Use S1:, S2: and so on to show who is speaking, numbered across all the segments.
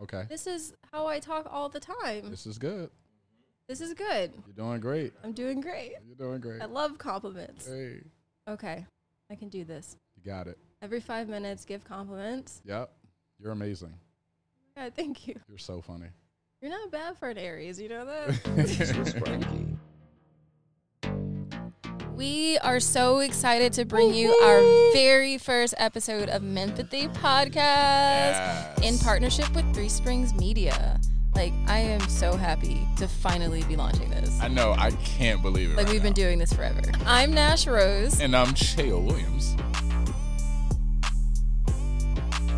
S1: Okay.
S2: This is how I talk all the time.
S1: This is good.
S2: This is good.
S1: You're doing great.
S2: I'm doing great.
S1: You're doing great.
S2: I love compliments.
S1: Hey,
S2: Okay, I can do this.
S1: you got it.
S2: Every five minutes, give compliments.
S1: Yep. You're amazing.
S2: Yeah, thank you.
S1: You're so funny.
S2: You're not bad for an Aries, you know that? we are so excited to bring you our very first episode of Menthathy Podcast in partnership with Three Springs Media. Like, I am so happy to finally be launching this.
S3: I know. I can't believe it.
S2: Like,
S3: right
S2: we've been
S3: now.
S2: doing this forever. I'm Nash Rose.
S3: And I'm Chael Williams.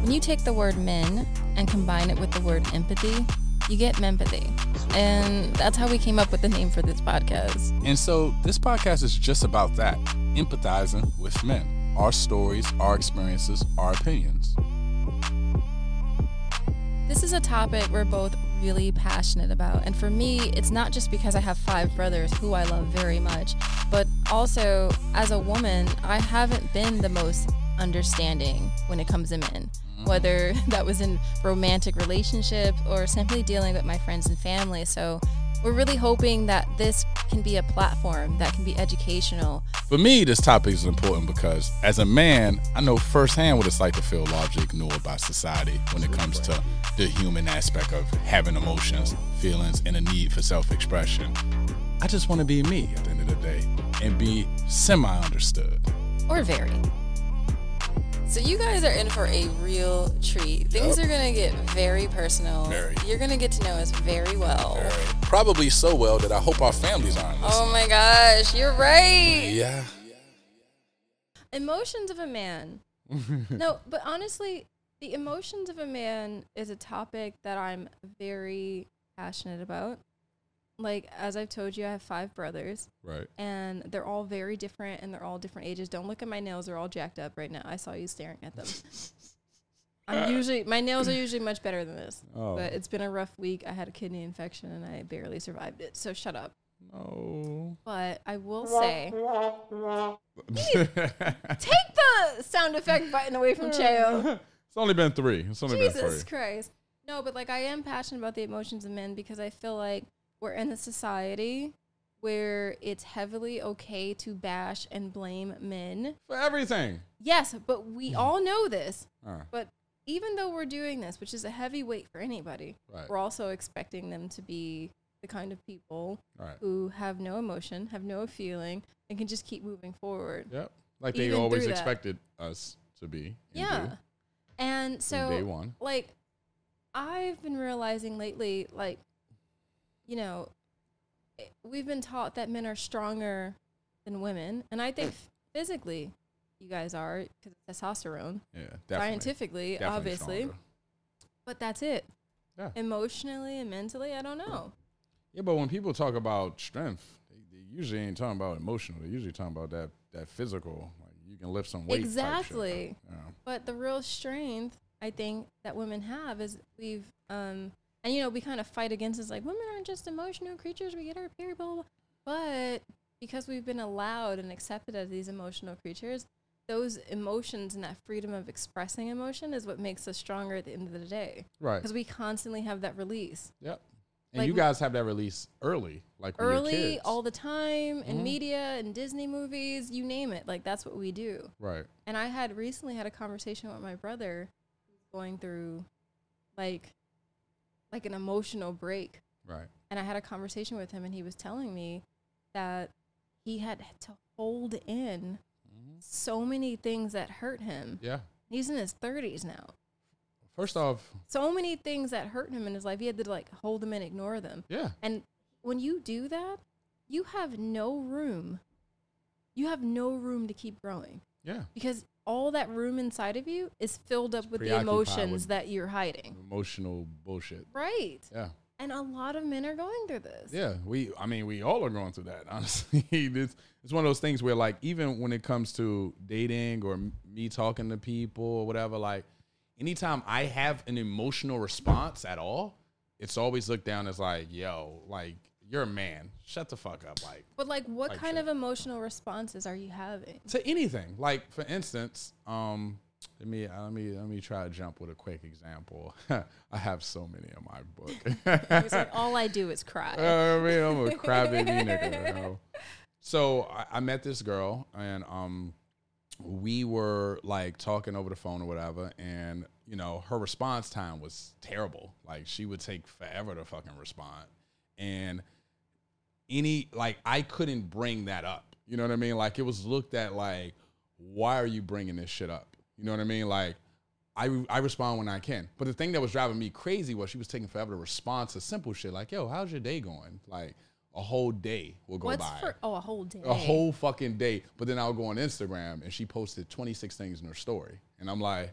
S2: When you take the word men and combine it with the word empathy, you get empathy. And that's how we came up with the name for this podcast.
S3: And so this podcast is just about that empathizing with men, our stories, our experiences, our opinions.
S2: This is a topic we're both really passionate about. And for me, it's not just because I have five brothers who I love very much, but also as a woman, I haven't been the most understanding when it comes to men. Whether that was in romantic relationships or simply dealing with my friends and family. So we're really hoping that this can be a platform that can be educational
S3: For me, this topic is important because as a man, I know firsthand what it's like to feel largely ignored by society when it comes to the human aspect of having emotions, feelings, and a need for self expression. I just want to be me at the end of the day and be semi understood.
S2: or vary. So you guys are in for a real treat. Things are gonna get very personal.
S3: Very.
S2: You're gonna get to know us very well.
S3: Probably so well that I hope our families aren't listening.
S2: Oh my gosh, you're right.
S3: Yeah.
S2: Emotions of a man. no, but honestly, the emotions of a man is a topic that I'm very passionate about. Like as I've told you, I have five brothers.
S3: Right.
S2: and they're all very different and they're all different ages. Don't look at my nails, they're all jacked up right now. I saw you staring at them. I'm usually my nails are usually much better than this.
S1: Oh.
S2: But it's been a rough week. I had a kidney infection and I barely survived it. So shut up.
S1: No.
S2: But I will say Take the sound effect button away from Cheo.
S1: It's only been three. It's only been
S2: Jesus
S1: three.
S2: Christ. No, but like I am passionate about the emotions of men because I feel like we're in a society where it's heavily okay to bash and blame men.
S1: For everything.
S2: Yes, but
S1: Hmm.
S2: we all know this.
S1: Uh,
S2: But even though we're doing this, which is a heavy weight for anybody,
S1: right.
S2: we're also expecting them to be the kind of people
S1: Right.
S2: who have no emotion, have no feeling, and can just keep moving forward.
S1: Yep. Like
S2: Even
S1: they
S2: through
S1: always
S2: that.
S1: expected us to be. and
S2: Yeah.
S1: do
S2: And
S1: from day
S2: so,
S1: one.
S2: like, I've been realizing lately, like, you know, eh, we've been taught that men are stronger than women. And I think physically, you guys are, because testosterone,
S3: Yeah. Definitely.
S2: scientifically,
S3: Definitely
S2: obviously.
S3: stronger.
S2: But that's it.
S1: Yeah.
S2: Emotionally and mentally, I don't know.
S1: Yeah, but when people talk about strength, they, they usually ain't talking about emotional. They're usually talking about that that physical. Like you can lift some weight. type shit.
S2: Exactly.
S1: Yeah.
S2: But the real strength I think that women have is we've um and you know, we kind of fight against this like women aren't just emotional creatures, we get our period, blah, blah, blah. But because we've been allowed and accepted as these emotional creatures, those emotions and that freedom of expressing emotion is what makes us stronger at the end of the day.
S1: Right.
S2: Because we constantly have that release.
S1: Yep. And
S2: like-
S1: you guys have that release early, like when you're
S2: early
S1: kids. Mm-hmm.
S2: all the time in media and Disney movies, you name it. Like that's what we do.
S1: right.
S2: And I had recently had a conversation with my brother who's going through like like an emotional break.
S1: Right.
S2: And I had a conversation with him and he was telling me that he had to hold in so many things that hurt him.
S1: Yeah.
S2: He's in his 30s now.
S1: First off,
S2: So many things that hurt him in his life. He had to like hold them and ignore them.
S1: yeah.
S2: And when you do that, you have no room. You have no room to keep growing
S1: Yeah.
S2: because all that room inside of you is filled up with the
S1: preoccupied
S2: emotions
S1: with-
S2: that you're hiding.
S1: Emotional bullshit.
S2: Right.
S1: Yeah.
S2: And a lot of men are going through this.
S1: Yeah, we. I mean, we all are going through that. Honestly, it's it's one of those things where, like, even when it comes to dating or m- me talking to people or whatever, like, anytime I have an emotional response at all, it's always looked down as like, "Yo, like, you're a man. Shut the fuck up." Like
S2: But like what
S1: Like
S2: kind
S1: shit.
S2: of emotional responses are you having?
S1: to anything. Like for instance, um,
S3: Let me let me let me try to jump with a quick example. I have so many in my book.
S2: He's like, all I do is cry.
S3: I mean, I'm a crybaby nigga. you know? So I, I met this girl, and um, we were like talking over the phone or whatever, and you know her response time was terrible. Like she would take forever to fucking respond, and any like I couldn't bring that up. You know what I mean? Like it was looked at like, why are you bringing this shit up? You know what I mean? Like I, I respond when I can. But the thing that was driving me crazy was she was taking forever to respond to simple shit like, yo, how's your day going? Like a whole day will go
S2: What's
S3: by.
S2: for oh a whole day?
S3: a whole fucking day. But then I'll go on Instagram and she posted 26 things in her story. And I'm like,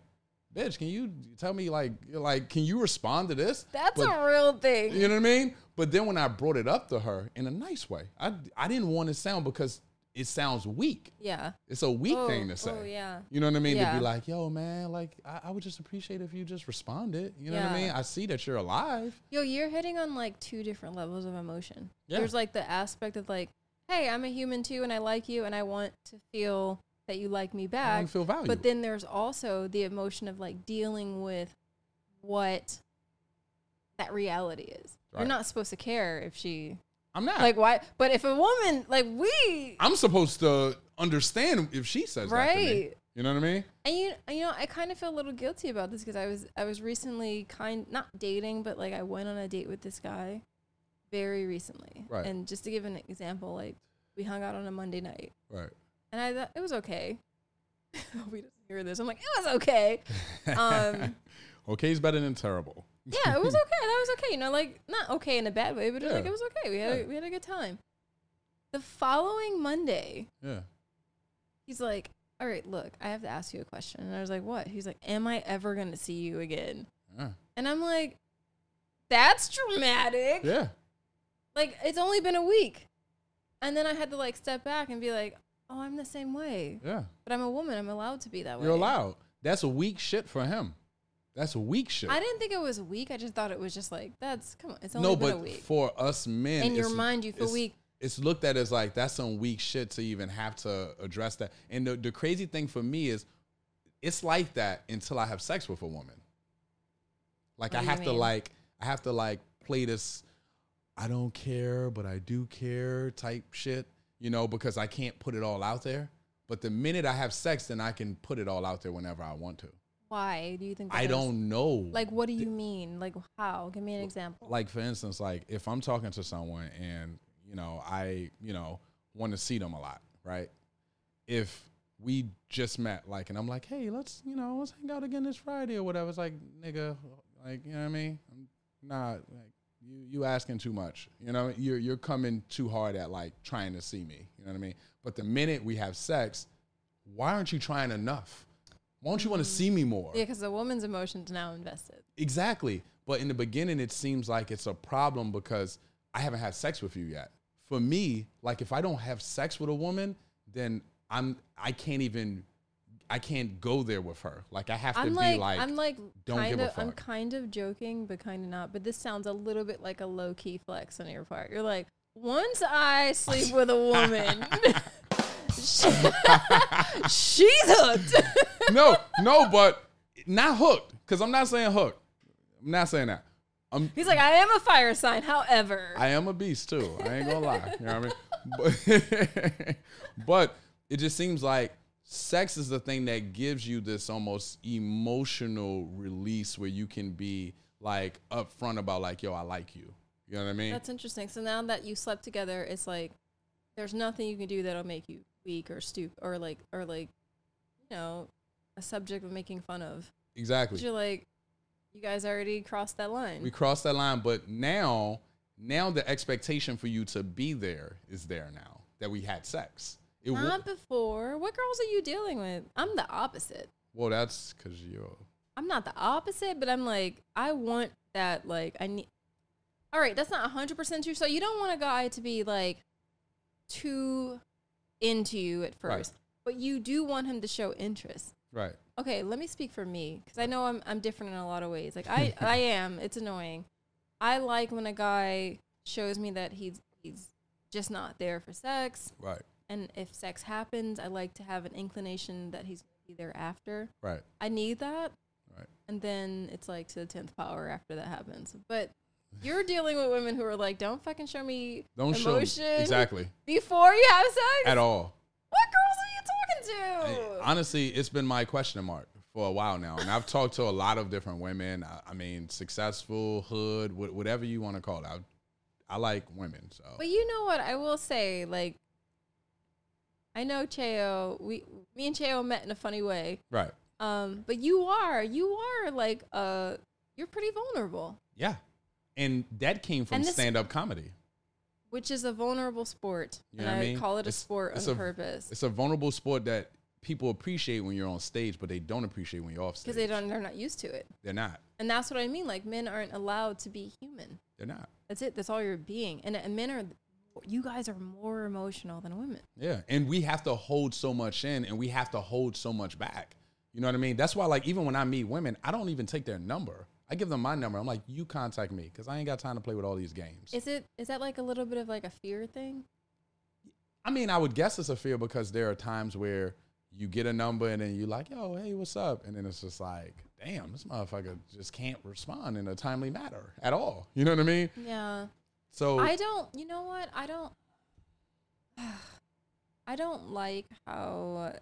S3: bitch, can you tell me like like can you respond to this?
S2: That's
S3: But-
S2: a real thing.
S3: you know what I mean? But then when I brought it up to her in a nice way, I I didn't want to sound because it sounds weak.
S2: yeah.
S3: It's a weak
S2: Oh,
S3: thing to say.
S2: oh, yeah.
S3: You know what I mean? To
S4: Yeah.
S3: be like, yo, man, like I, I would just appreciate if you just responded. You know what I
S2: Yeah.
S3: mean? I see that you're alive.
S2: Yo, you're hitting on like two different levels of emotion.
S3: Yeah.
S2: There's like the aspect of like, hey, I'm a human too, and I like you, and I want to feel that you like me
S3: I
S2: back.
S3: don't feel valued.
S2: But then there's also the emotion of like dealing with what that reality is.
S3: Right. Ah.
S2: You're not supposed to care if she
S3: I'm not.
S2: like why. But if a woman like we
S3: I'm supposed to understand if she says that to Ah, me.
S2: Right.
S3: You know what I mean?
S2: And you, and you know, I kind of feel a little guilty about this because I was, I was recently kind, not dating, but like I went on a date with this guy, very recently.
S3: Right.
S2: And just to give an example, like we hung out on a Monday night,
S3: Right.
S2: and I thought it was okay. we didn't hear this. I'm like, it was okay. Um,
S3: Okay is better than terrible.
S2: yeah, it was okay. That was okay. You know, like not okay in a bad way, but just like
S3: Yeah.
S2: it was okay. We had,
S3: Yeah.
S2: a, we had a good time. The following Monday,
S3: Yeah.
S2: he's like, all right, look, I have to ask you a question. And I was like, what? He's like, am I ever going to see you again?
S3: Yeah.
S2: And I'm like, that's dramatic.
S3: Yeah.
S2: Like, it's only been a week. And then I had to like step back and be like, oh, I'm the same way.
S3: Yeah.
S2: But I'm a woman. I'm allowed to be that way.
S3: You're allowed. That's weak shit for him. That's weak shit.
S2: I didn't think it was weak. I just thought it was just like, that's, come on, it's only
S3: no,
S2: been
S3: but
S2: a week.
S3: for us men,
S2: In your
S3: it's-
S2: mind, you feel
S3: it's-
S2: weak.
S3: It's looked at as like that's some weak shit to even have to address that. And the, the crazy thing for me is, it's like that until I have sex with a woman. Like
S2: What
S3: I
S2: do you
S3: have to
S2: mean?
S3: like I have to like play this. I don't care, but I do care type shit, you know, because I can't put it all out there. But the minute I have sex, then I can put it all out there whenever I want to.
S2: Why do you think that
S3: I
S2: is?
S3: don't know.
S2: Like, what do you mean? Like, how? Give me an example.
S3: like for instance, like if I'm talking to someone and you know I you know want to see them a lot, right? If we just met, like, and I'm like, hey, let's you know let's hang out again this Friday or whatever. It's like, nigga, like you know what I mean? I'm not like you you asking too much. You know you're you're coming too hard at like trying to see me. You know what I mean? But the minute we have sex, why aren't you trying enough? Why don't you want to see me more?
S2: Yeah, because the woman's emotions now invested.
S3: Exactly. But in the beginning, it seems like it's a problem because I haven't had sex with you yet. For me, like if I don't have sex with a woman, then I'm I can't even I can't go there with her. Like I have to
S2: I'm
S3: be
S2: like,
S3: like,
S2: I'm like
S3: don't
S2: kind
S3: give a
S2: of I'm
S3: fuck.
S2: kind of joking but kind of not but this sounds a little bit like a low key flex on your part you're like once I sleep with a woman she- she's hooked
S3: no, no, but not hooked because I'm not saying hooked. I'm not saying that. I'm
S2: he's like I am a fire sign however
S3: I am a beast too. I ain't gonna lie. You know what I mean? But, but it just seems like sex is the thing that gives you this almost emotional release where you can be like upfront about like, yo, I like you. You know what I mean?
S2: that's interesting so now that you slept together it's like there's nothing you can do that'll make you weak or stupid or like or like you know a subject of making fun of
S3: exactly.
S2: you're like you guys already crossed that line
S3: We crossed that line, but now, now the expectation for you to be there is there now that we had sex. It wa-
S2: Not before. What girls are you dealing with? I'm the opposite.
S3: well, that's because you're
S2: I'm not the opposite, but I'm like, I want that. Like, I need. All right, that's not 100% true. So you don't want a guy to be like too into you at
S3: Right.
S2: first, but you do want him to show interest.
S3: right.
S2: Okay, let me speak for me because I know I'm, I'm different in a lot of ways. Like, I, I am. It's annoying. I like when a guy shows me that he's, he's just not there for sex.
S3: Right.
S2: and if sex happens, I like to have an inclination that he's happy thereafter.
S3: Right.
S2: I need that.
S3: Right.
S2: And then it's like to the tenth power after that happens. But you're dealing with women who are like, don't fucking show me
S3: Don't show
S2: Emotion.
S3: exactly
S2: before you have sex.
S3: at all.
S2: What girls are you talking to?
S3: honestly, it's been my question mark for a while now, and I've talked to a lot of different women. I, I mean, successful, hood, wh- whatever you want to call it. I, I like women, so
S2: But you know what I will say, like I know Cheo, we me and Cheo met in a funny way.
S3: right,
S2: Um, but you are, you are like uh you're pretty vulnerable,
S3: yeah. And that came from
S2: And this-
S3: stand-up comedy.
S2: which is a vulnerable sport.
S3: You
S2: and
S3: know what
S2: I
S3: I mean?
S2: call it a
S3: It's-
S2: sport
S3: it's
S2: on
S3: a-
S2: purpose.
S3: It's a vulnerable sport that people appreciate when you're on stage, but they don't appreciate when you're off stage
S2: Because they don't they're not used to it.
S3: They're not.
S2: And that's what I mean. Like men aren't allowed to be human.
S3: They're not.
S2: That's it. That's all you're being. And, and men are you guys are more emotional than women.
S3: Yeah, and we have to hold so much in, and we have to hold so much back. You know what I mean? That's why, like, even when I meet women, I don't even take their number. I give them my number. I'm like, you contact me because I ain't got time to play with all these games.
S2: Is it is that like a little bit of like a fear thing?
S3: I mean, I would guess it's a fear because there are times where you get a number and then you're like, yo, hey, what's up? And then it's just like, damn, this motherfucker just can't respond in a timely manner at all. You know what I mean?
S2: Yeah.
S3: So,
S2: I don't. You know what? I don't. I don't like how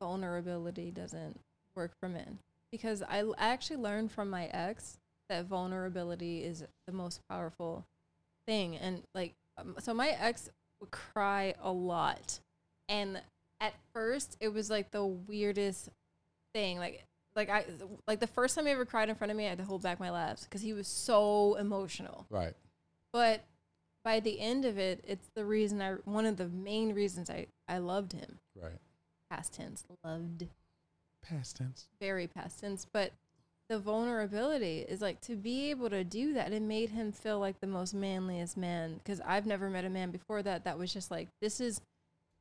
S2: vulnerability doesn't work for men because I, l- I actually learned from my ex that vulnerability is the most powerful thing and like um, so my ex would cry a lot and at first it was like the weirdest thing like like I like the first time he ever cried in front of me I had to hold back my laughs because he was so emotional
S3: right,
S2: but by the end of it it's the reason i one of the main reasons i i loved him
S3: right.
S2: past tense loved
S3: Past tense.
S2: very past tense but the vulnerability is like to be able to do that it made him feel like the most manliest man because i've never met a man before that that was just like this is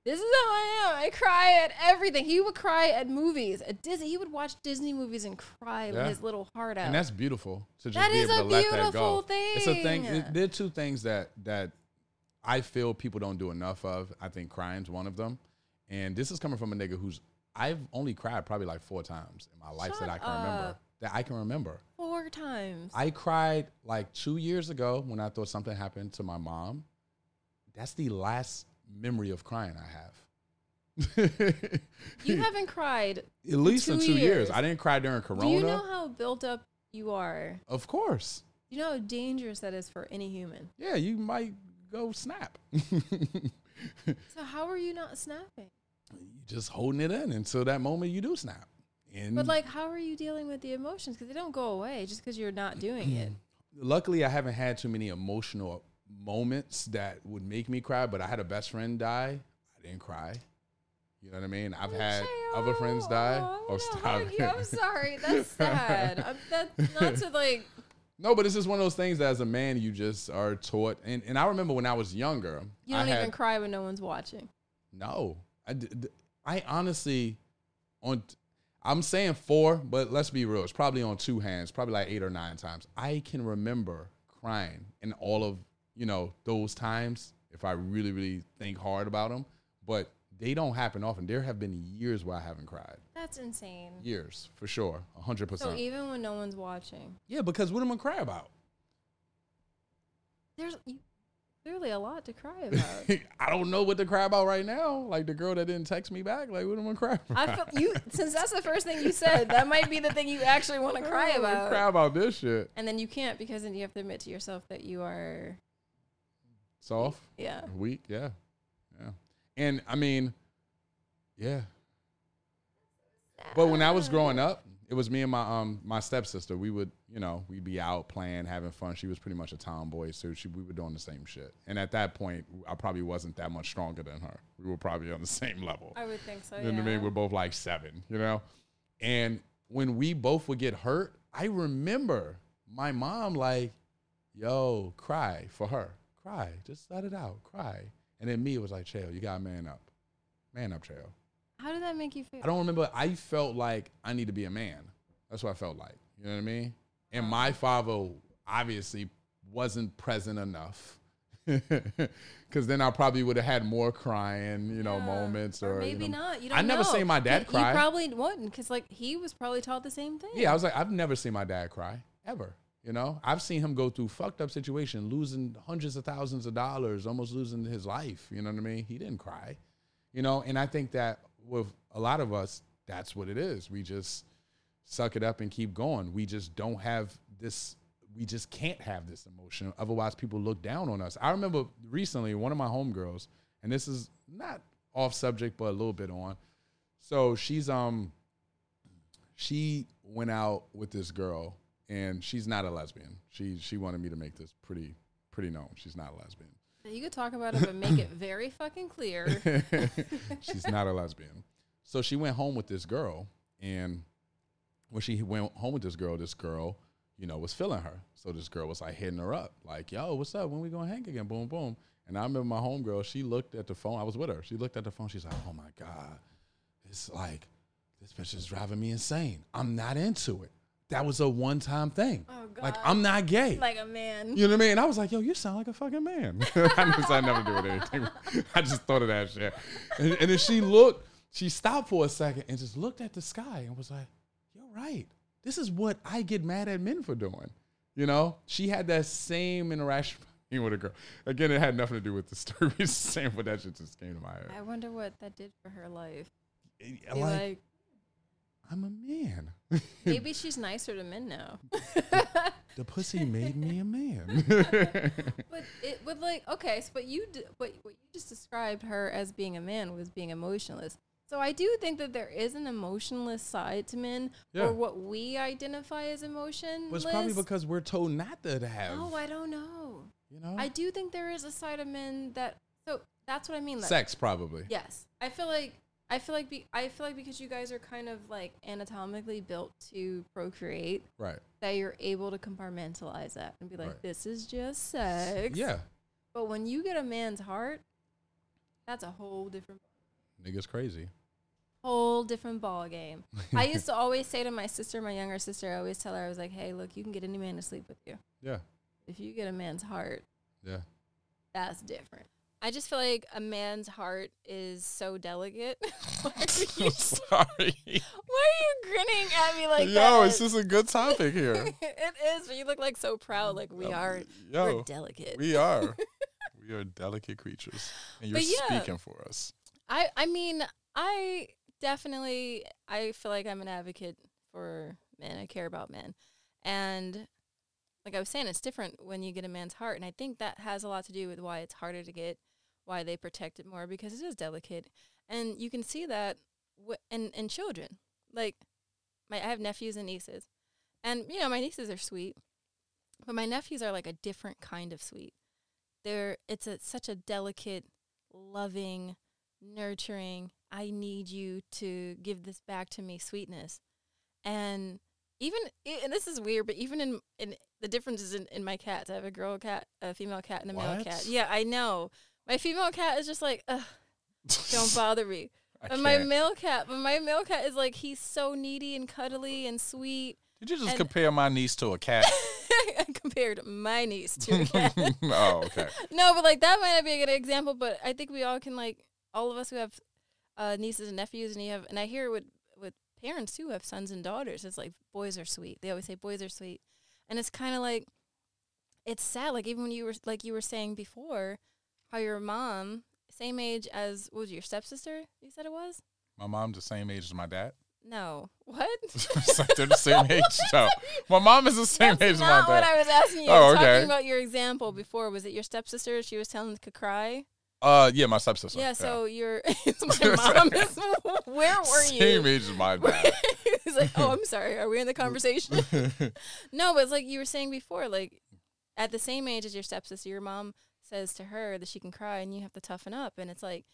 S2: this is how i am i cry at everything he would cry at movies at disney he would watch disney movies and cry
S3: Yeah.
S2: his little heart out
S3: And that's beautiful to just
S2: Oh. That
S3: be
S2: is
S3: able to
S2: a
S3: let that go.
S2: beautiful thing.
S3: It's a thing. it- there are two things that that I feel people don't do enough of. I think crying's one of them. And this is coming from a nigga who's I've only cried probably like four times in my life
S2: Shut
S3: that I can remember.
S2: up.
S3: That I can remember.
S2: four times
S3: I cried like two years ago when I thought something happened to my mom. That's the last memory of crying I have.
S2: you haven't cried
S3: at least in
S2: two
S3: two years.
S2: years.
S3: I didn't cry during Corona.
S2: Do you know how built up you are?
S3: of course.
S2: Do you know how dangerous that is for any human?
S3: Yeah, you might go snap.
S2: So how are you not snapping?
S3: Just holding it in until that moment you do snap. And
S2: But like, how are you dealing with the emotions? Because they don't go away just because you're not doing it.
S3: luckily, I haven't had too many emotional moments that would make me cry. But I had a best friend die. I didn't cry. You know what I mean? I've had other friends die.
S2: Oh,
S3: Oh, stop
S2: You. I'm
S3: it.
S2: sorry. That's sad. I'm, that's not to like.
S3: No, but it's just one of those things that as a man you just are taught. And and I remember when I was younger,
S2: You
S3: I
S2: don't
S3: had-
S2: even cry when no one's watching.
S3: No, I, d- d- I honestly on. t- I'm saying four, but let's be real. It's probably on two hands, probably like eight or nine times. I can remember crying in all of you know those times if I really, really think hard about them. But they don't happen often. There have been years where I haven't cried.
S2: That's insane.
S3: Years for sure, hundred
S2: So e
S3: percent.
S2: even when no one's watching,
S3: Yeah, because what am I cry about?
S2: there's you- clearly a lot to cry about.
S3: I don't know what to cry about right now. Like the girl that didn't text me back. Like what am I cry about?
S2: I feel you since that's the first thing you said. That might be the thing you actually want to cry
S3: I don't wanna
S2: about.
S3: Cry about this shit.
S2: And then you can't because then you have to admit to yourself that you are,
S3: Soft.
S2: yeah.
S3: A week, yeah. Yeah. And I mean, yeah. But when I was growing up, it was me and my um my stepsister. We would, you know, we'd be out playing, having fun. She was pretty much a tomboy, so she we were doing the same shit. And at that point, I probably wasn't that much stronger than her. We were probably on the same level.
S2: I would think so.
S3: You know what I mean? We're both like seven, you know? And when we both would get hurt, I remember my mom like, yo, cry for her. Cry. Just let it out. Cry. And then me it was like, Chael, you gotta man up. Man up, Chael.
S2: How did that make you feel?
S3: I don't remember. I felt like I need to be a man. That's what I felt like. You know
S2: Oh.
S3: what I mean? And my father obviously wasn't present enough. Because then I probably would have had more crying, you know,
S2: Yeah.
S3: moments or,
S2: Or
S3: you
S2: maybe
S3: know.
S2: not. You don't
S3: I never
S2: know.
S3: seen my dad
S2: You-
S3: cry.
S2: You probably wouldn't, because like he was probably taught the same thing.
S3: Yeah, I was like, I've never seen my dad cry ever. You know, I've seen him go through fucked up situation, losing hundreds of thousands of dollars, almost losing his life. You know what I mean? He didn't cry. You know, and I think that with a lot of us, that's what it is. We just suck it up and keep going. We just don't have this. We just can't have this emotion. Otherwise, people look down on us. I remember recently one of my homegirls, and this is not off subject, but a little bit on. So she's um she went out with this girl and she's not a lesbian. She she wanted me to make this pretty pretty known. She's not a lesbian.
S2: You could talk about it, but make it very fucking clear.
S3: She's not a lesbian. So she went home with this girl, and when she went home with this girl, this girl, you know, was feeling her. So this girl was like hitting her up, like, "Yo, what's up? When we gonna hang again?" Boom, boom. And I remember my homegirl. She looked at the phone. I was with her. She looked at the phone. She's like, "Oh my god, it's like this bitch is driving me insane. I'm not into it. That was a one-time thing.
S2: Oh,
S3: Like
S2: God.
S3: I'm not gay.
S2: like a man.
S3: You know what I mean? I was like, yo, you sound like a fucking man. I just I never do it anything. I just thought of that shit. And, and then she looked, she stopped for a second and just looked at the sky and was like, you're right. This is what I get mad at men for doing. You know, she had that same interaction with a girl. Again, it had nothing to do with the story. It's the same, but that shit just came to my head.
S2: I wonder what that did for her life.
S3: It-
S2: Be
S3: like,
S2: like,
S3: I'm a man.
S2: maybe she's nicer to men now.
S3: the pussy made me a man.
S2: But it would like okay, so but you d- but what you just described her as being a man was being emotionless. So I do think that there is an emotionless side to men,
S3: Yeah.
S2: or what we identify as emotionless.
S3: was probably because we're told not to have.
S2: oh, I don't know.
S3: you know,
S2: I do think there is a side of men that so that's what I mean. Like,
S3: sex probably.
S2: Yes, I feel like I feel like be, I feel like because you guys are kind of like anatomically built to procreate,
S3: Right.
S2: that you're able to compartmentalize that and be like,
S3: Right.
S2: this is just sex.
S3: Yeah.
S2: But when you get a man's heart, that's a whole different
S3: Niggas crazy.
S2: whole different ball game. I used to always say to my sister, my younger sister, I always tell her I was like, "Hey, look, you can get any man to sleep with you.
S3: Yeah.
S2: If you get a man's heart,
S3: Yeah.
S2: that's different." I just feel like a man's heart is so delicate. why, are you,
S5: Sorry.
S2: why are you grinning at me like that?
S5: Yo, it's just a good topic here.
S2: it is, but you look like so proud, like we are.
S5: Yo,
S2: we're delicate.
S5: we are. We are delicate creatures. And you're
S2: But yeah.
S5: speaking for us.
S2: I I mean, I definitely I feel like I'm an advocate for men. I care about men. And like I was saying, it's different when you get a man's heart. And I think that has a lot to do with why it's harder to get, why they protect it more because it is delicate. And you can see that w- in, in children. Like, my, I have nephews and nieces. And, you know, my nieces are sweet, but my nephews are like a different kind of sweet. They're, it's a, such a delicate, loving, nurturing, I need you to give this back to me sweetness. And even i- and this is weird, but even in, in the differences in, in my cats, I have a girl cat, a female cat, and a male
S5: What?
S2: cat. Yeah, I know. My female cat is just like, Ugh, don't bother me.
S5: I
S2: But my
S5: can't.
S2: male cat, but my male cat is like he's so needy and cuddly and sweet.
S5: Did you just
S2: and-
S5: compare my niece to a cat?
S2: I compared my niece to a cat.
S5: oh, okay.
S2: no, but like that might not be a good example, but I think we all can like all of us who have uh, nieces and nephews, and you have, and I hear with with parents too who have sons and daughters. It's like boys are sweet. They always say boys are sweet, and it's kind of like it's sad. Like even when you were like you were saying before, how your mom same age as what was it, your stepsister? You said it was.
S5: My mom's the same age as my dad.
S2: No. What?
S5: It's like they're the same age. No. My mom is the same
S2: That's
S5: age as my
S2: not what
S5: dad.
S2: I was asking you.
S5: Oh,
S2: I was
S5: okay.
S2: talking about your example before. Was it your stepsister? She was telling to cry.
S5: uh, yeah, my stepsister.
S2: yeah. So your my mom is. Where were
S5: same
S2: you?
S5: age as my dad.
S2: He's like, oh, I'm sorry. Are we in the conversation? no, but it's like you were saying before. Like at the same age as your stepsister, your mom says to her that she can cry, and you have to toughen up. And it's like,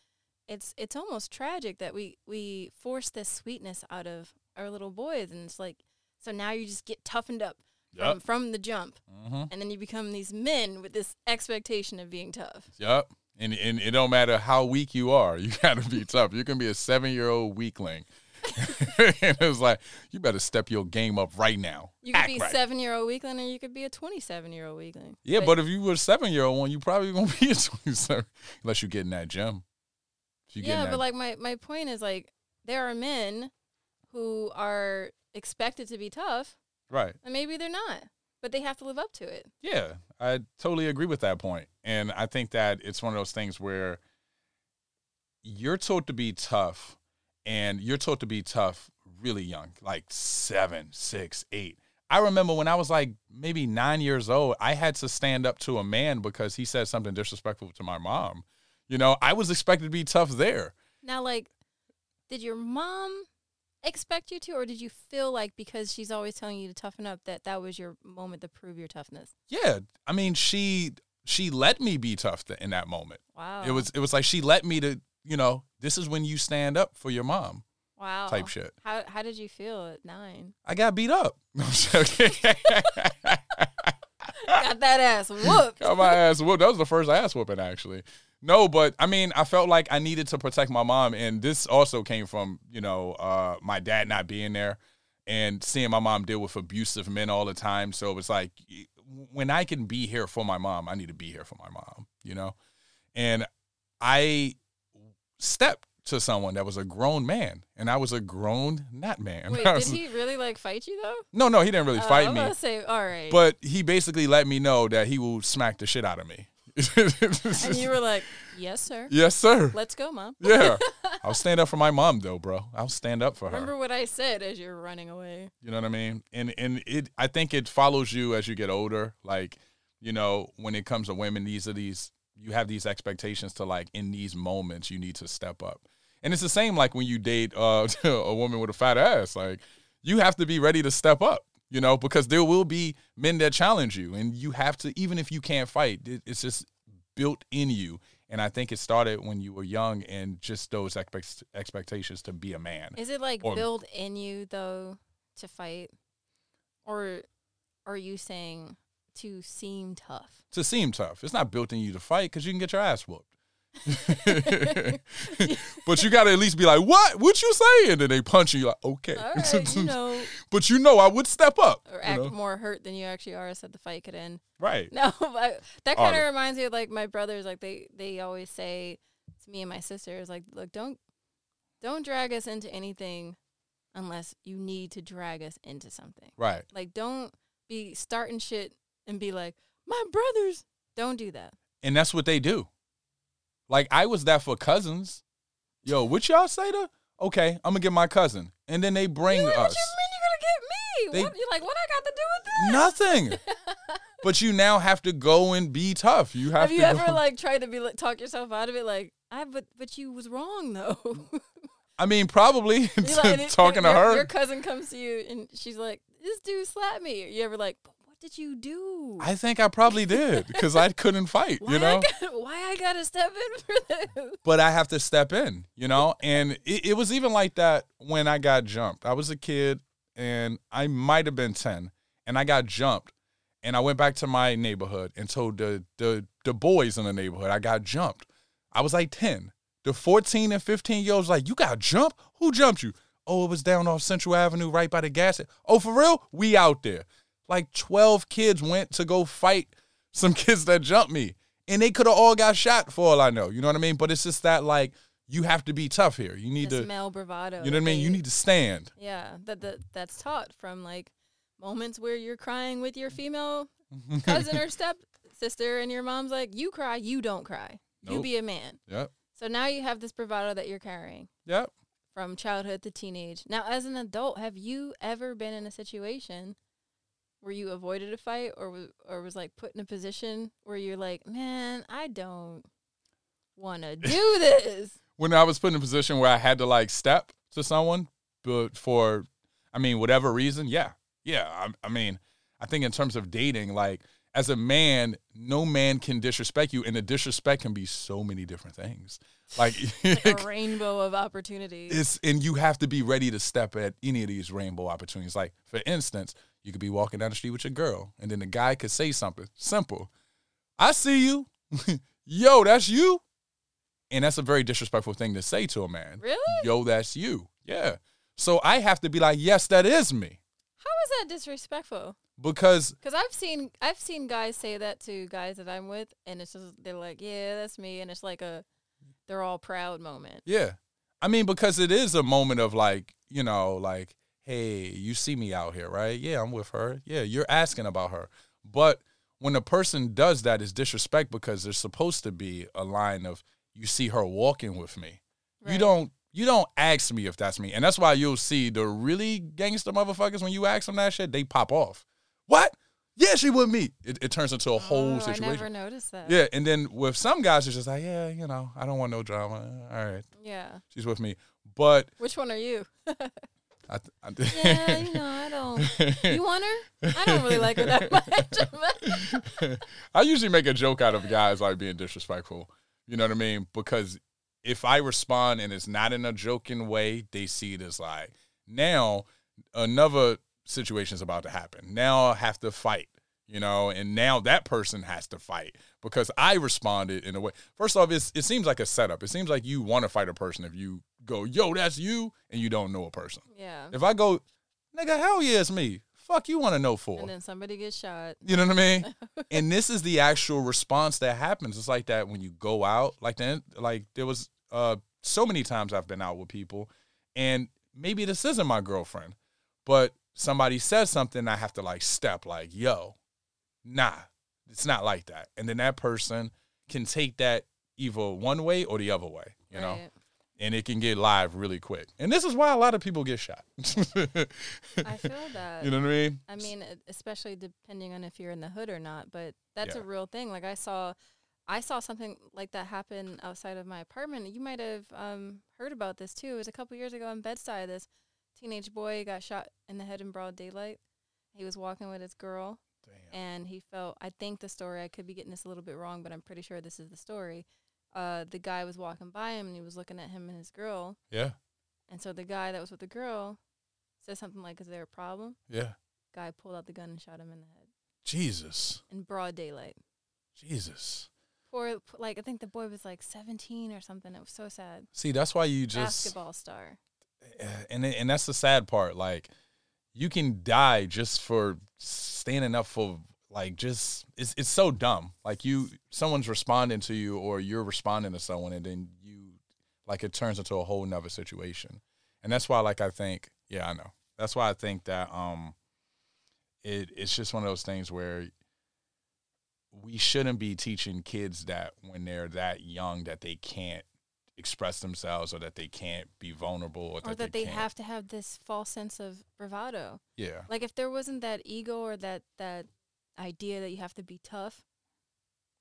S2: it's it's almost tragic that we we force this sweetness out of our little boys, and it's like, so now you just get toughened up. From,
S5: Yep.
S2: from the jump,
S5: mm-hmm.
S2: and then you become these men with this expectation of being tough.
S5: Yep. And, and it don't matter how weak you are, you gotta be tough. You can be a seven year old weakling
S3: and it was like, you better step your game up right now.
S2: You could
S3: Act
S2: be
S3: right.
S2: seven year old weakling or you could be a 27 year old weakling.
S3: Yeah, but if you were a seven year old one, you probably gonna be a twenty seven unless you get in that gym. If you get in
S2: yeah,
S3: that-
S2: but like my, my point is like there are men who are expected to be tough
S3: right.
S2: and maybe they're not, but they have to live up to it.
S3: Yeah, I totally agree with that point. And I think that it's one of those things where you're told to be tough and you're told to be tough really young, like seven, six, eight. I remember when I was like maybe nine years old, I had to stand up to a man because he said something disrespectful to my mom. You know, I was expected to be tough there.
S2: Now, like, did your mom expect you to, or did you feel like because she's always telling you to toughen up that that was your moment to prove your toughness?
S3: Yeah, I mean, she she let me be tough th- in that moment.
S2: Wow.
S3: It was it was like she let me to, you know, this is when you stand up for your mom.
S2: wow
S3: type shit.
S2: How how did you feel at nine?
S3: I got beat up. No, I'm joking.
S2: Got that ass whooped.
S3: got my ass whooped. That was the first ass whooping, actually. No, but I mean, I felt like I needed to protect my mom, and this also came from you know uh, my dad not being there and seeing my mom deal with abusive men all the time. So it was like, when I can be here for my mom, I need to be here for my mom. You know, and I stepped to someone that was a grown man, and I was a grown not man.
S2: Wait,
S3: I
S2: did
S3: was-
S2: he really like fight you though?
S3: No, no, he didn't really
S2: Uh,
S3: fight
S2: I'm
S3: me.
S2: gonna say, all right.
S3: But he basically let me know that he will smack the shit out of me.
S2: and you were like, yes, sir.
S3: yes, sir.
S2: Let's go, mom.
S3: Yeah. I'll stand up for my mom though, bro. I'll stand up for her.
S2: Remember what I said as you're running away.
S3: You know what I mean? And and it I think it follows you as you get older. Like, you know, when it comes to women, these are these you have these expectations to like in these moments you need to step up. And it's the same like when you date uh, a woman with a fat ass. Like you have to be ready to step up, you know, because there will be men that challenge you, and you have to even if you can't fight, it, it's just built in you. And I think it started when you were young, and just those expect- expectations to be a man.
S2: Is it like
S3: Or-
S2: built in you though to fight, or are you saying to seem tough?
S3: to seem tough. It's not built in you to fight because you can get your ass whooped. but you got to at least be like, what? What you saying? And then they punch you. You're like, okay.
S2: All right, you know,
S3: but you know, I would step up.
S2: or
S3: you
S2: act
S3: know?
S2: more hurt than you actually are, so the fight could end.
S3: Right.
S2: No, but that kind of
S3: Honor.
S2: reminds me of like my brothers. Like they they always say to me and my sisters, like, look, don't don't drag us into anything unless you need to drag us into something.
S3: Right.
S2: Like, don't be starting shit and be like, my brothers. Don't do that.
S3: And that's what they do. Like, I was that for cousins. Yo, what y'all say to? Okay, I'm going to get my cousin. And then they bring
S2: You- What you mean
S3: us.
S2: you're gonna get me?
S3: They-
S2: what, you're like, what I got to do with this?
S3: Nothing. but you now have to go and be tough. You have,
S2: Have
S3: to
S2: you
S3: go.
S2: ever like tried to be like, talk yourself out of it? Like, I but but you was wrong though.
S3: I mean, probably
S2: You like, and it-
S3: talking to
S2: your-
S3: her.
S2: Your cousin comes to you and she's like, "This dude slapped me." You ever like, "But what did you do?
S3: I think I probably did because I couldn't fight,
S2: why
S3: you know?
S2: I gotta, why I gotta step in for this?"
S3: but I have to step in, you know? And it, it was even like that when I got jumped. I was a kid and I might have been 10 and I got jumped. And I went back to my neighborhood and told the, the, the boys in the neighborhood I got jumped. I was like 10. The 14 and 15 year olds like, You got jumped? Who jumped you? Oh, it was down off Central Avenue right by the gas. sta- Oh, for real? We out there. Like 12 kids went to go fight some kids that jumped me. And they could have all got shot for all I know. You know what I mean? But it's just that like you have to be tough here. You need
S2: The
S3: to
S2: smell bravado.
S3: you know what I mean? You
S2: thing.
S3: need to stand.
S2: yeah. That that that's taught from like moments where you're crying with your female cousin or step sister, and your mom's like, "You cry, you don't cry. You
S3: Nope.
S2: be a man."
S3: Yep.
S2: So now you have this bravado that you're carrying.
S3: Yep.
S2: from childhood to teenage. Now, as an adult, have you ever been in a situation where you avoided a fight or was, or was like put in a position where you're like, man, I don't want to do this?
S3: when I was put in a position where I had to like step to someone, but for, I mean, whatever reason, yeah, yeah. I, I mean, I think in terms of dating, like as a man, no man can disrespect you, and the disrespect can be so many different things. Like,
S2: A rainbow of opportunities.
S3: it's and you have to be ready to step at any of these rainbow opportunities. Like for instance, you could be walking down the street with your girl, and then the guy could say something simple. I see you, yo, that's you, and that's a very disrespectful thing to say to a man.
S2: Really?
S3: Yo, that's you. Yeah. So I have to be like, yes, that is me.
S2: How is that disrespectful?
S3: Because
S2: Because I've seen I've seen guys say that to guys that I'm with, and it's just they're like, "Yeah, that's me," and it's like a they're all proud moment.
S3: Yeah. I mean, because it is a moment of like, you know, like, hey, you see me out here, right? Yeah, I'm with her. Yeah, you're asking about her. But when a person does that, it's disrespect because there's supposed to be a line of you see her walking with me. You
S2: Right.
S3: don't you don't ask me if that's me. And that's why you'll see the really gangster motherfuckers when you ask them that shit, they pop off. What? Yeah, she with me. It, it turns into a whole
S2: Oh,
S3: situation.
S2: I never noticed that.
S3: yeah, and then with some guys, it's just like, yeah, you know, I don't want no drama. All right,
S2: Yeah.
S3: she's with me. But
S2: Which one are you?
S3: I, th- I
S2: yeah, you know, I don't. You want her? I don't really like her that much.
S3: I usually make a joke out of guys like being disrespectful. You know what I mean? Because if I respond and it's not in a joking way, they see it as like now another situation is about to happen. Now I have to fight. You know, and now that person has to fight because I responded in a way. First off, it's, it seems like a setup. It seems like you want to fight a person if you go, yo, that's you, and you don't know a person.
S2: yeah.
S3: If I go, nigga, hell yeah, it's me. Fuck you want to know for?
S2: And then somebody gets shot.
S3: You know what I mean? and this is the actual response that happens. It's like that when you go out. Like then, like there was uh so many times I've been out with people, and maybe this isn't my girlfriend, but somebody says something, I have to like step like, yo, nah, it's not like that. And then that person can take that either one way or the other way. You know,
S2: Right.
S3: and it can get live really quick. And this is why a lot of people get shot.
S2: I feel that.
S3: you know what I mean?
S2: I mean, e- especially depending on if you're in the hood or not, but that's
S3: Yeah.
S2: a real thing. Like I saw, I saw something like that happen outside of my apartment. You might have um, heard about this too. It was a couple years ago in Bedside. This teenage boy got shot in the head in broad daylight. He was walking with his girl, and he felt. I think the story. I could be getting this a little bit wrong, but I'm pretty sure this is the story. Uh, the guy was walking by him, and he was looking at him and his girl.
S3: Yeah,
S2: And so the guy that was with the girl said something like, "Is there a problem?"
S3: yeah.
S2: guy pulled out the gun and shot him in the head
S3: Jesus.
S2: in broad daylight.
S3: Jesus.
S2: Poor, p- like I think the boy was like 17 or something. It was so sad.
S3: See, that's why you just eh,
S2: Basketball star.
S3: and and that's the sad part. Like you can die just for standing up for like just it's it's so dumb. Like you someone's responding to you or you're responding to someone and then you like it turns into a whole nother situation. And that's why like I think yeah, I know. That's why I think that um it it's just one of those things where we shouldn't be teaching kids that when they're that young that they can't express themselves or that they can't be vulnerable or,
S2: Or that they
S3: can't-
S2: have to have this false sense of bravado.
S3: yeah
S2: Like if there wasn't that ego or that that idea that you have to be tough,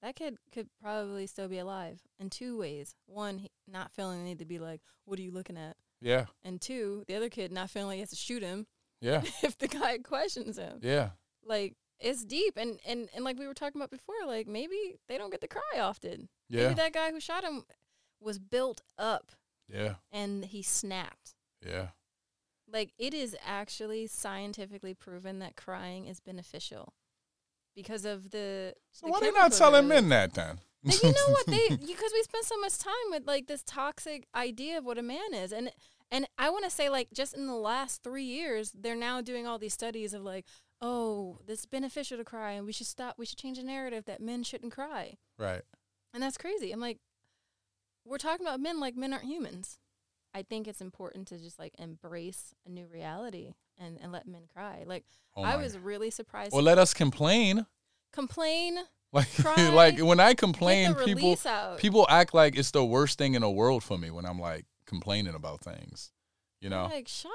S2: that kid could probably still be alive in two ways. One, he not feeling the need to be like, "What are you looking at?"
S3: yeah
S2: And two, the other kid not feeling like he has to shoot him
S3: yeah
S2: if the guy questions him.
S3: yeah
S2: like it's deep and and and like we were talking about before like maybe they don't get to cry often
S3: yeah
S2: maybe that guy who shot him was built up
S3: yeah
S2: and he snapped
S3: yeah
S2: like it is actually scientifically proven that crying is beneficial because of the
S3: so
S2: the
S3: why they
S2: chemical
S3: not telling
S2: release.
S3: men that then
S2: Then you know what they because we spend so much time with like this toxic idea of what a man is and and I want to say like just in the last 3 years they're now doing all these studies of like oh this is beneficial to cry and we should stop we should change the narrative that men shouldn't cry
S3: right
S2: and that's crazy I'm like we're talking about men like men aren't humans I think it's important to just like embrace a new reality and and let men cry like
S3: Oh
S2: I
S3: my
S2: was really surprised
S3: or let us complain
S2: complain
S3: like
S2: Cry.
S3: like when i
S2: get
S3: complain
S2: the
S3: people
S2: release out
S3: people act like it's the worst thing in the world for me when i'm like complaining about things you know
S2: Like, shut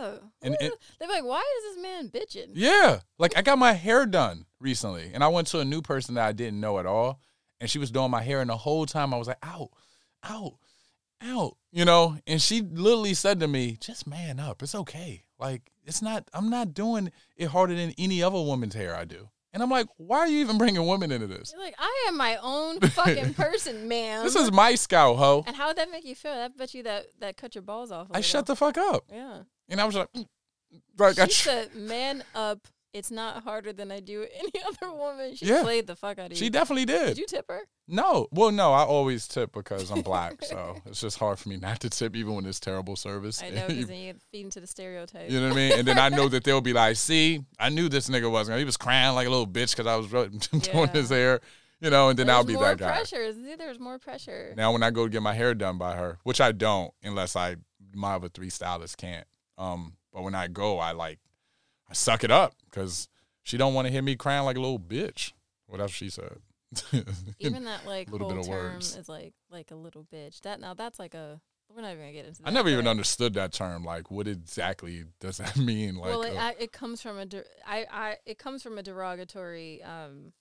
S2: up.
S3: And
S2: Who-
S3: it-
S2: They're like, why is this man bitching?
S3: Yeah. Like I got my hair done recently and I went to a new person that I didn't know at all. And she was doing my hair and the whole time I was like, out, out, out, you know? And she literally said to me, just man up. It's okay. Like it's not, I'm not doing it harder than any other woman's hair I do. And I'm like, why are you even bringing women into this?
S2: You're like, I am my own fucking person, man.
S3: This is my scout, ho.
S2: and how would that make you feel? I bet you that that cut your balls off. I
S3: I shut the fuck up.
S2: Yeah.
S3: And I was like, mm, mm, like I
S2: She
S3: tr-
S2: said, man up. it's not harder than I do any other woman. She
S3: Yeah.
S2: played the fuck out of
S3: She
S2: you.
S3: definitely did.
S2: Did you tip her?
S3: No, well, no, I always tip because I'm black, so it's just hard for me not to tip, even when it's terrible service.
S2: I know
S3: You-
S2: because then you feed into the stereotype.
S3: You know what I mean? And then I know that they'll be like, see, I knew this nigga wasn't. gonna- He was crying like a little bitch because I was really doing
S2: Yeah.
S3: his hair, you know, and then I'll be
S2: There's more
S3: that guy.
S2: pressure. See, There's more pressure.
S3: Now, when I go get my hair done by her, which I don't unless I, my other three stylists can't. Um, But when I go, I like, I suck it up because she don't want to hear me crying like a little bitch. Whatever she said.
S2: Even that like
S3: little
S2: whole
S3: bit
S2: term
S3: of words.
S2: is like like a little bitch. That now that's like a we're not even gonna get into. That,
S3: I never even
S2: but-
S3: understood that term. Like, what exactly does that mean? Like,
S2: well, it,
S3: uh,
S2: I, it comes from a de- I, I it comes from a derogatory um,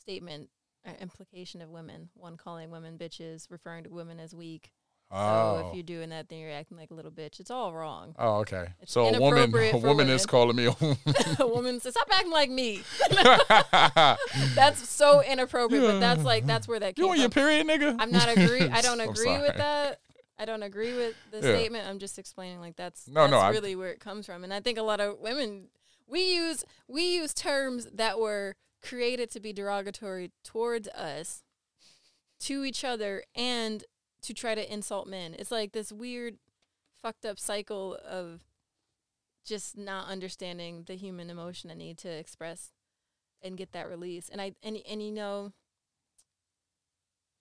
S2: statement or implication of women. One calling women bitches, referring to women as weak. So
S3: oh.
S2: if you're doing that, then you're acting like a little bitch. It's all wrong.
S3: Oh, okay.
S2: It's
S3: So a woman,
S2: inappropriate
S3: a
S2: for
S3: woman is
S2: women.
S3: calling me a woman.
S2: a woman says, "Stop acting like me."
S3: you
S2: That's so inappropriate. But that's like that's where that came
S3: on
S2: from.
S3: your period, nigga?
S2: I'm not agree. I don't
S3: I'm
S2: agree with
S3: sorry.
S2: that. I don't agree with the
S3: Yeah.
S2: statement. I'm just explaining like that's
S3: No, no,
S2: that's
S3: I'm-
S2: really where it comes from. And I think a lot of women we use we use terms that were created to be derogatory towards us, to each other, and to try to insult men. It's like this weird fucked up cycle of just not understanding the human emotion and need to express and get that release. And I and and you know,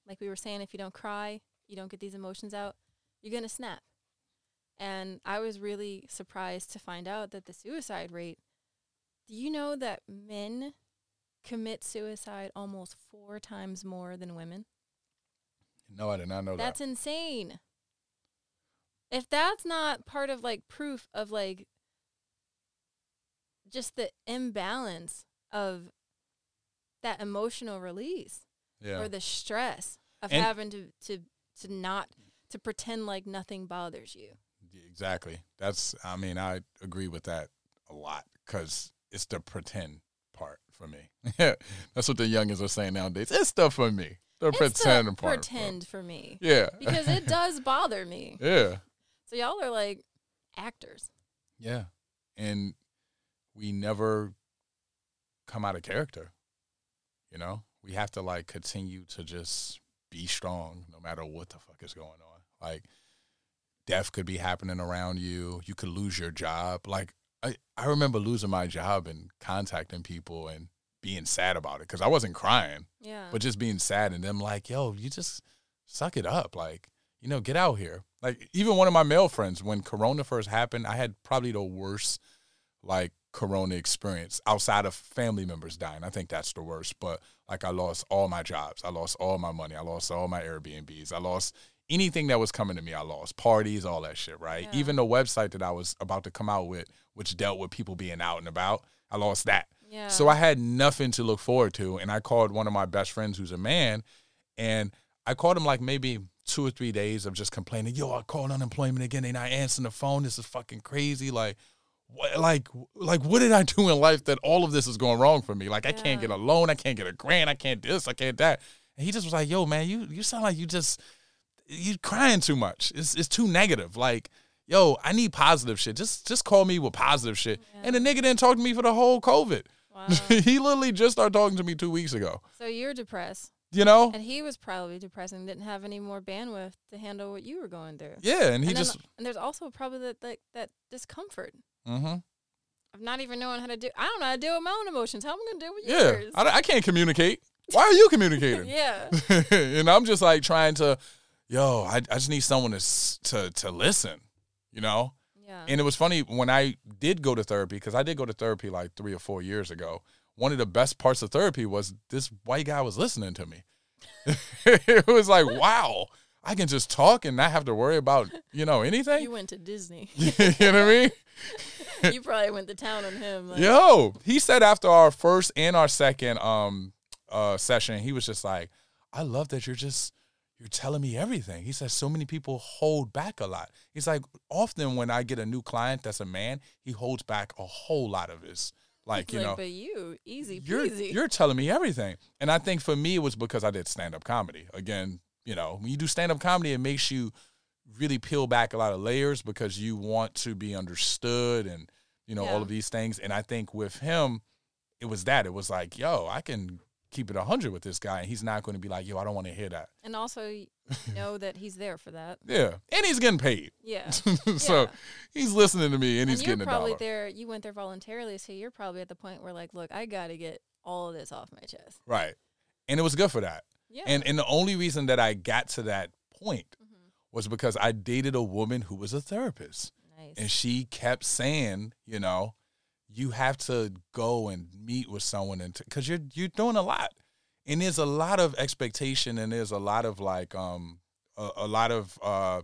S2: like we were saying, if you don't cry, you don't get these emotions out, you're gonna snap. And I was really surprised to find out that the suicide rate. Do you know that men commit suicide almost four times more than women?
S3: No, I did not know
S2: That's
S3: that.
S2: insane. If that's not part of like proof of like just the imbalance of that emotional release
S3: yeah.
S2: or the stress of
S3: And-
S2: having to, to to not to pretend like nothing bothers you.
S3: Yeah, Exactly. That's. I mean, I agree with that a lot because it's the pretend part for me. That's what the youngins are saying nowadays. It's the for me. The
S2: It's the
S3: pretend part. for-
S2: pretend for me.
S3: Yeah.
S2: Because it does bother me.
S3: yeah.
S2: So y'all are like actors.
S3: Yeah. And we never come out of character. You know? We have to like continue to just be strong no matter what the fuck is going on. Like death could be happening around you. You could lose your job. Like I, I remember losing my job and contacting people and being sad about it because I wasn't crying
S2: Yeah.
S3: but just being sad and them like, yo, you just suck it up. Like, you know, get out here. Like, even one of my male friends, when Corona first happened, I had probably the worst, like, Corona experience outside of family members dying. I think that's the worst. But, like, I lost all my jobs. I lost all my money. I lost all my Airbnbs. I lost anything that was coming to me. I lost parties, all that shit, right?
S2: Yeah.
S3: Even the website that I was about to come out with, which dealt with people being out and about, I lost that.
S2: yeah.
S3: So I had nothing to look forward to. And I called one of my best friends who's a man, and I called him like maybe two or three days of just complaining, yo, I called unemployment again. They not answering the phone. This is fucking crazy. Like, what, like, like, what did I do in life that all of this is going wrong for me? Like, I can't
S2: Yeah.
S3: get a loan. I can't get a grant. I can't this. I can't that. And he just was like, yo, man, you, you sound like you just, you crying too much. It's, it's too negative. Like, yo, I need positive shit. Just, just call me with positive shit. And the nigga didn't talk to me for the whole COVID.
S2: wow.
S3: he literally just started talking to me two weeks ago.
S2: so you're depressed.
S3: You know?
S2: And he was probably depressed and didn't have any more bandwidth to handle what you were going through.
S3: yeah, and he
S2: and, then-
S3: just
S2: and there's also probably that, that that discomfort
S3: hmm
S2: of not even knowing how to do. I don't know how to deal with my own emotions. How am I going to deal with
S3: yeah.
S2: yours?
S3: I, don't- I can't communicate. Why are you communicating?
S2: yeah.
S3: and I'm just like trying to, yo, I, I just need someone to s- to to listen. You know?
S2: Yeah.
S3: And it was funny when I did go to therapy because I did go to therapy like three or four years ago. One of the best parts of therapy was this white guy was listening to me. it was like, wow, I can just talk and not have to worry about you know anything.
S2: you went to Disney.
S3: you know what I mean?
S2: you probably went to town on him. Like,
S3: Yo, he said after our first and our second um uh session, he was just like, "I love that you're just you're telling me everything." He says so many people hold back a lot. He's like, often when I get a new client that's a man, he holds back a whole lot of his like you
S2: like,
S3: know
S2: but you easy
S3: you're
S2: peasy.
S3: you're telling me everything. And I think for me it was because I did stand up comedy. Again, you know, when you do stand up comedy, it makes you really peel back a lot of layers because you want to be understood and you know,
S2: Yeah.
S3: all of these things. And I think with him, it was that. It was like, yo, I can keep it 100 with this guy. And he's not going to be like, yo, I don't want to hear that.
S2: And also you know that he's there for that.
S3: Yeah. And he's getting paid.
S2: Yeah.
S3: so
S2: Yeah.
S3: he's listening to me and he's
S2: and
S3: getting
S2: you're
S3: a
S2: probably
S3: dollar.
S2: there. You went there voluntarily, so you're probably at the point where like, look, I got to get all of this off my chest.
S3: Right. And it was good for that.
S2: Yeah. Mm-hmm.
S3: And and the only reason that I got to that point was because I dated a woman who was a therapist.
S2: nice.
S3: And she kept saying, you know, you have to go and meet with someone and because you're you're doing a lot. And there's a lot of expectation and there's a lot of like um a, a lot of uh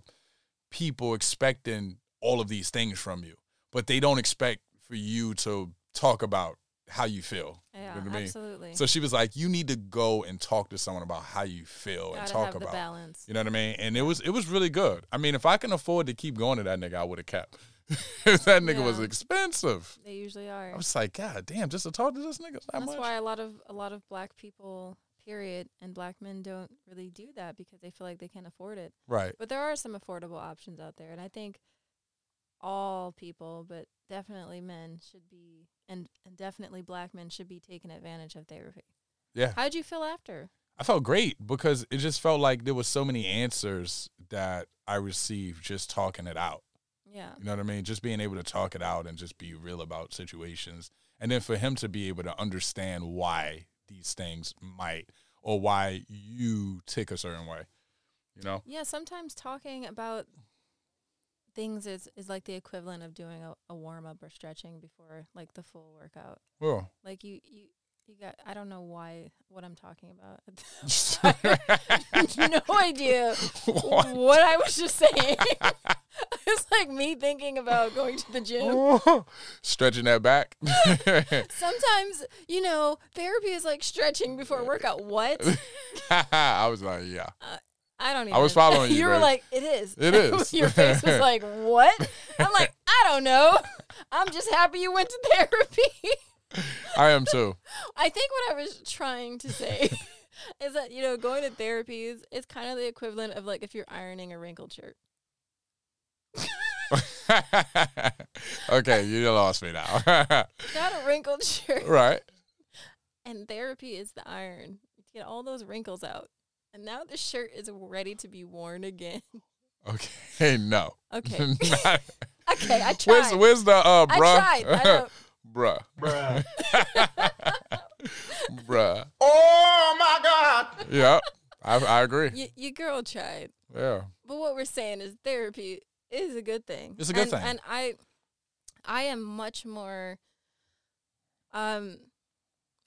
S3: people expecting all of these things from you. But they don't expect for you to talk about how you feel. You know
S2: yeah,
S3: what I mean?
S2: absolutely.
S3: So she was like, "You need to go and talk to someone about how you feel and
S2: Gotta
S3: talk
S2: have
S3: about."
S2: the balance.
S3: You know what I mean? And it was it was really good. I mean, if I can afford to keep going to that nigga, I would have kept. that nigga was
S2: Yeah.
S3: expensive.
S2: They usually are.
S3: I was like, God damn, just to talk to this nigga, it's not
S2: That's
S3: much.
S2: why a lot of a lot of black people, period, and black men don't really do that because they feel like they can't afford it.
S3: right,
S2: But there are some affordable options out there, and I think all people, but definitely men, should be and, and definitely black men should be taking advantage of therapy.
S3: yeah.
S2: How'd you feel after?
S3: I felt great because it just felt like there was so many answers that I received just talking it out.
S2: Yeah,
S3: You know what I mean? Just being able to talk it out and just be real about situations. And then for him to be able to understand why these things might or why you tick a certain way. You know?
S2: yeah. Sometimes talking about things is is like the equivalent of doing a, a warm up or stretching before like the full workout.
S3: Well.
S2: Like you you. You got. I don't know why what I'm talking about. no idea what?
S3: What?
S2: I was just saying. it's like me thinking about going to the gym.
S3: Stretching that back.
S2: Sometimes, you know, therapy is like stretching before a workout. What?
S3: I was like, yeah.
S2: I don't even.
S3: I was following you,
S2: you were
S3: babe.
S2: like, it is.
S3: It is.
S2: Your face was like, what? I'm like, I don't know. I'm just happy you went to therapy.
S3: I am too.
S2: I think what I was trying to say is that, you know, going to therapy is, is kind of the equivalent of like if you're ironing a wrinkled shirt.
S3: okay, you lost me now.
S2: Not a wrinkled shirt.
S3: right.
S2: And therapy is the iron to get all those wrinkles out. And now the shirt is ready to be worn again.
S3: Okay, no.
S2: Okay.
S3: Not-
S2: Okay, I tried.
S3: where's, where's the uh,
S2: I
S3: bruh?
S2: tried. I know.
S3: bruh. Bruh. bruh.
S6: Oh my God!
S3: Yep. I, I agree.
S2: You, you girl tried.
S3: Yeah.
S2: But what we're saying is therapy is a good thing.
S3: It's a good
S2: And-
S3: thing.
S2: And I I am much more um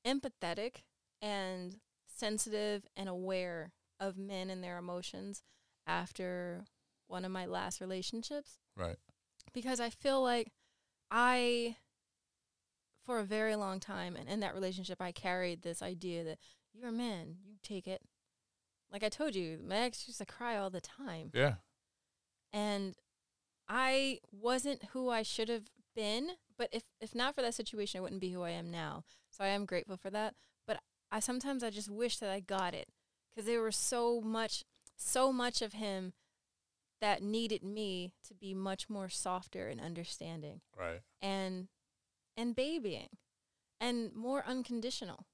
S2: empathetic and sensitive and aware of men and their emotions after one of my last relationships.
S3: Right.
S2: because I feel like I, for a very long time, and in that relationship, I carried this idea that you're a man, you take it. Like I told you, my ex used to cry all the time,
S3: Yeah.
S2: and I wasn't who I should have been. But if if not for that situation, I wouldn't be who I am now. So I am grateful for that. But I sometimes I just wish that I got it because there was so much, so much of him that needed me to be much more softer and understanding
S3: Right.
S2: and and babying and more unconditional.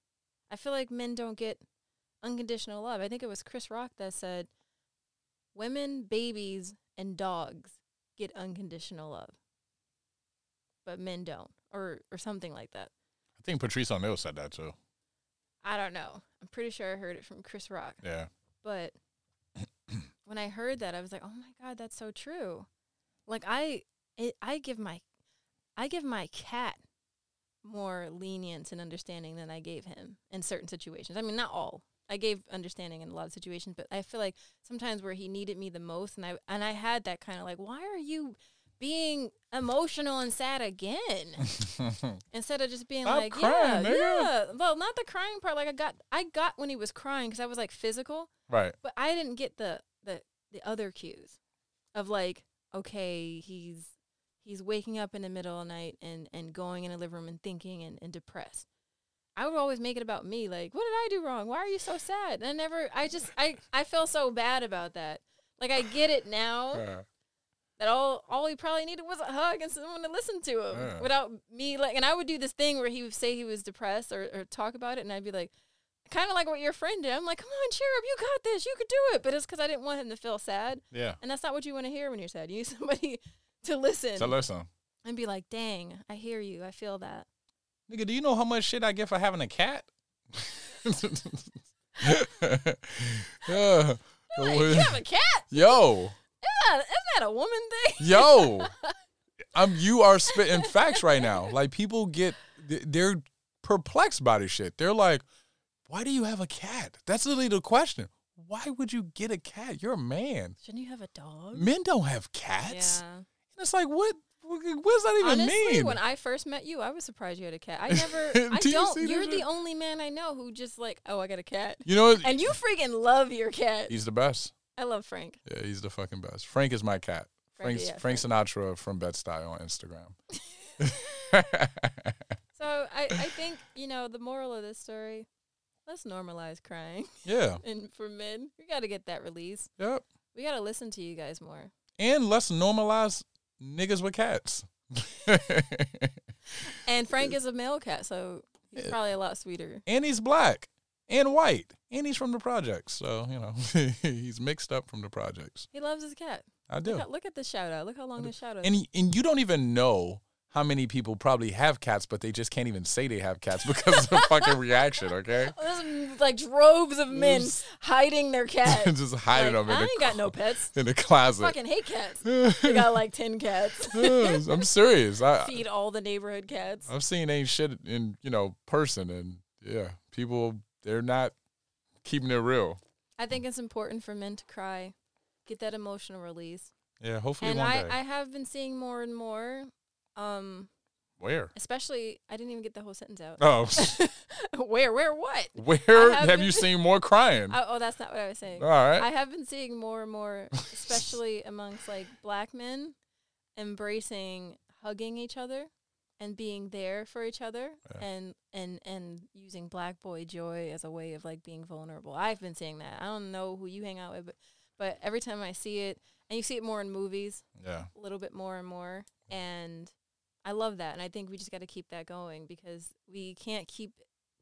S2: I feel like men don't get unconditional love. I think it was Chris Rock that said women, babies and dogs get unconditional love. But men don't or or something like that.
S3: I think Patrice O'Neill said that too.
S2: I don't know. I'm pretty sure I heard it from Chris Rock.
S3: Yeah.
S2: But when I heard that, I was like, "Oh my god, that's so true." Like I, it, I give my, I give my cat more lenience and understanding than I gave him in certain situations. I mean, not all. I gave understanding in a lot of situations, but I feel like sometimes where he needed me the most, and I and I had that kind of like, "Why are you?" Being emotional and sad again instead of just being
S3: Stop
S2: like,
S3: crying,
S2: yeah,
S3: nigga."
S2: yeah. Well, not the crying part. Like I got, I got when he was crying because I was like physical,
S3: right.
S2: but I didn't get the the the other cues of like, okay, he's he's waking up in the middle of the night and and going in the living room and thinking and, and depressed. I would always make it about me, like, what did I do wrong? Why are you so sad? And I never, I just, I I feel so bad about that. Like I get it now.
S3: Yeah.
S2: that all all he probably needed was a hug and someone to listen to him
S3: Yeah.
S2: without me like and I would do this thing where he would say he was depressed or, or talk about it and I'd be like kind of like what your friend did. I'm like, "Come on, cheer up. You got this. You could do it." But it's cuz I didn't want him to feel sad.
S3: Yeah.
S2: And that's not what you want to hear when you're sad. You need somebody to listen
S3: So listen,
S2: and be like, "Dang, I hear you. I feel that."
S3: nigga, do you know how much shit I get for having a cat? Yeah.
S2: Like, you have a cat?
S3: Yo,
S2: Yeah, isn't that a woman thing?
S3: yo, I'm. You are spitting facts right now. Like people get, th- they're perplexed by this shit. They're like, why do you have a cat? That's literally the question. Why would you get a cat? You're a man.
S2: Shouldn't you have a dog?
S3: Men don't have cats.
S2: Yeah.
S3: And it's like, what? What does that even
S2: Honestly,
S3: mean?
S2: when I first met you, I was surprised you had a cat. I never, I
S3: Do you
S2: don't.
S3: see
S2: You
S3: this
S2: are
S3: shit?
S2: the only man I know who just like, oh, I got a cat,
S3: you know,
S2: and you freaking love your cat.
S3: he's the best.
S2: I love Frank.
S3: Yeah, he's the fucking best. Frank is my cat.
S2: Frankie,
S3: Frank's,
S2: yeah,
S3: Frank Sinatra from Bed Stuy on Instagram.
S2: So I, I think you know the moral of this story. Let's normalize crying,
S3: yeah.
S2: and for men, we got to get that release.
S3: Yep.
S2: We got to listen to you guys more.
S3: And let's normalize niggas with cats.
S2: And Frank is a male cat, so he's
S3: Yeah.
S2: probably a lot sweeter.
S3: and he's black and white. And he's from the projects. So, you know, he's mixed up from the projects.
S2: He loves his cat.
S3: I
S2: Look,
S3: do.
S2: how- look at the shout out. Look how long the shout out.
S3: And he- and you don't even know how many people probably have cats, but they just can't even say they have cats because of the fucking reaction, okay?
S2: There's Oh, like droves of men
S3: Oops.
S2: hiding their cat.
S3: just hiding
S2: Like,
S3: them in
S2: I
S3: the
S2: ain't
S3: clo-
S2: got no pets.
S3: in the closet.
S2: fucking hate cats. I got like 10 cats.
S3: Yes, I'm serious. I
S2: Feed all the neighborhood cats.
S3: I've seen ain't shit in you know person, and yeah, people they're not keeping it real.
S2: I think it's important for men to cry, get that emotional release.
S3: Yeah, hopefully
S2: And
S3: one
S2: I,
S3: day.
S2: I have been seeing more and more, um,
S3: where?
S2: especially, I didn't even get the whole sentence out.
S3: Oh,
S2: where, where, what?
S3: where
S2: I
S3: have,
S2: have
S3: you
S2: been-
S3: seen more crying?
S2: Oh, oh, that's not what I was saying.
S3: All right.
S2: I have been seeing more and more, especially amongst like black men, embracing hugging each other and being there for each other and and and using black boy joy as a way of like being vulnerable. I've been seeing that. I don't know who you hang out with, but but every time I see it, and you see it more in movies,
S3: yeah,
S2: a little bit more and more, and I love that. And I think we just got to keep that going because we can't keep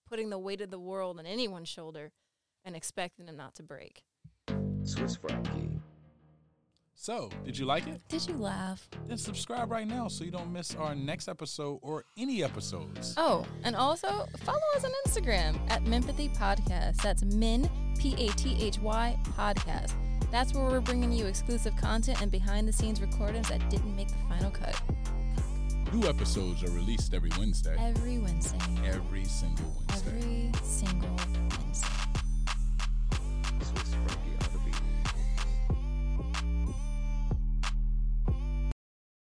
S2: putting the weight of the world on anyone's shoulder and expecting them not to break.
S6: Swiss Frankie.
S3: So, did you like it?
S2: Did you laugh?
S3: Then subscribe right now so you don't miss our next episode or any episodes.
S2: Oh, and also follow us on Instagram at Mempathy Podcast. That's Min P A T H Y Podcast. That's where we're bringing you exclusive content and behind the scenes recordings that didn't make the final cut
S3: New episodes are released every Wednesday.
S2: every Wednesday.
S3: Every single Wednesday.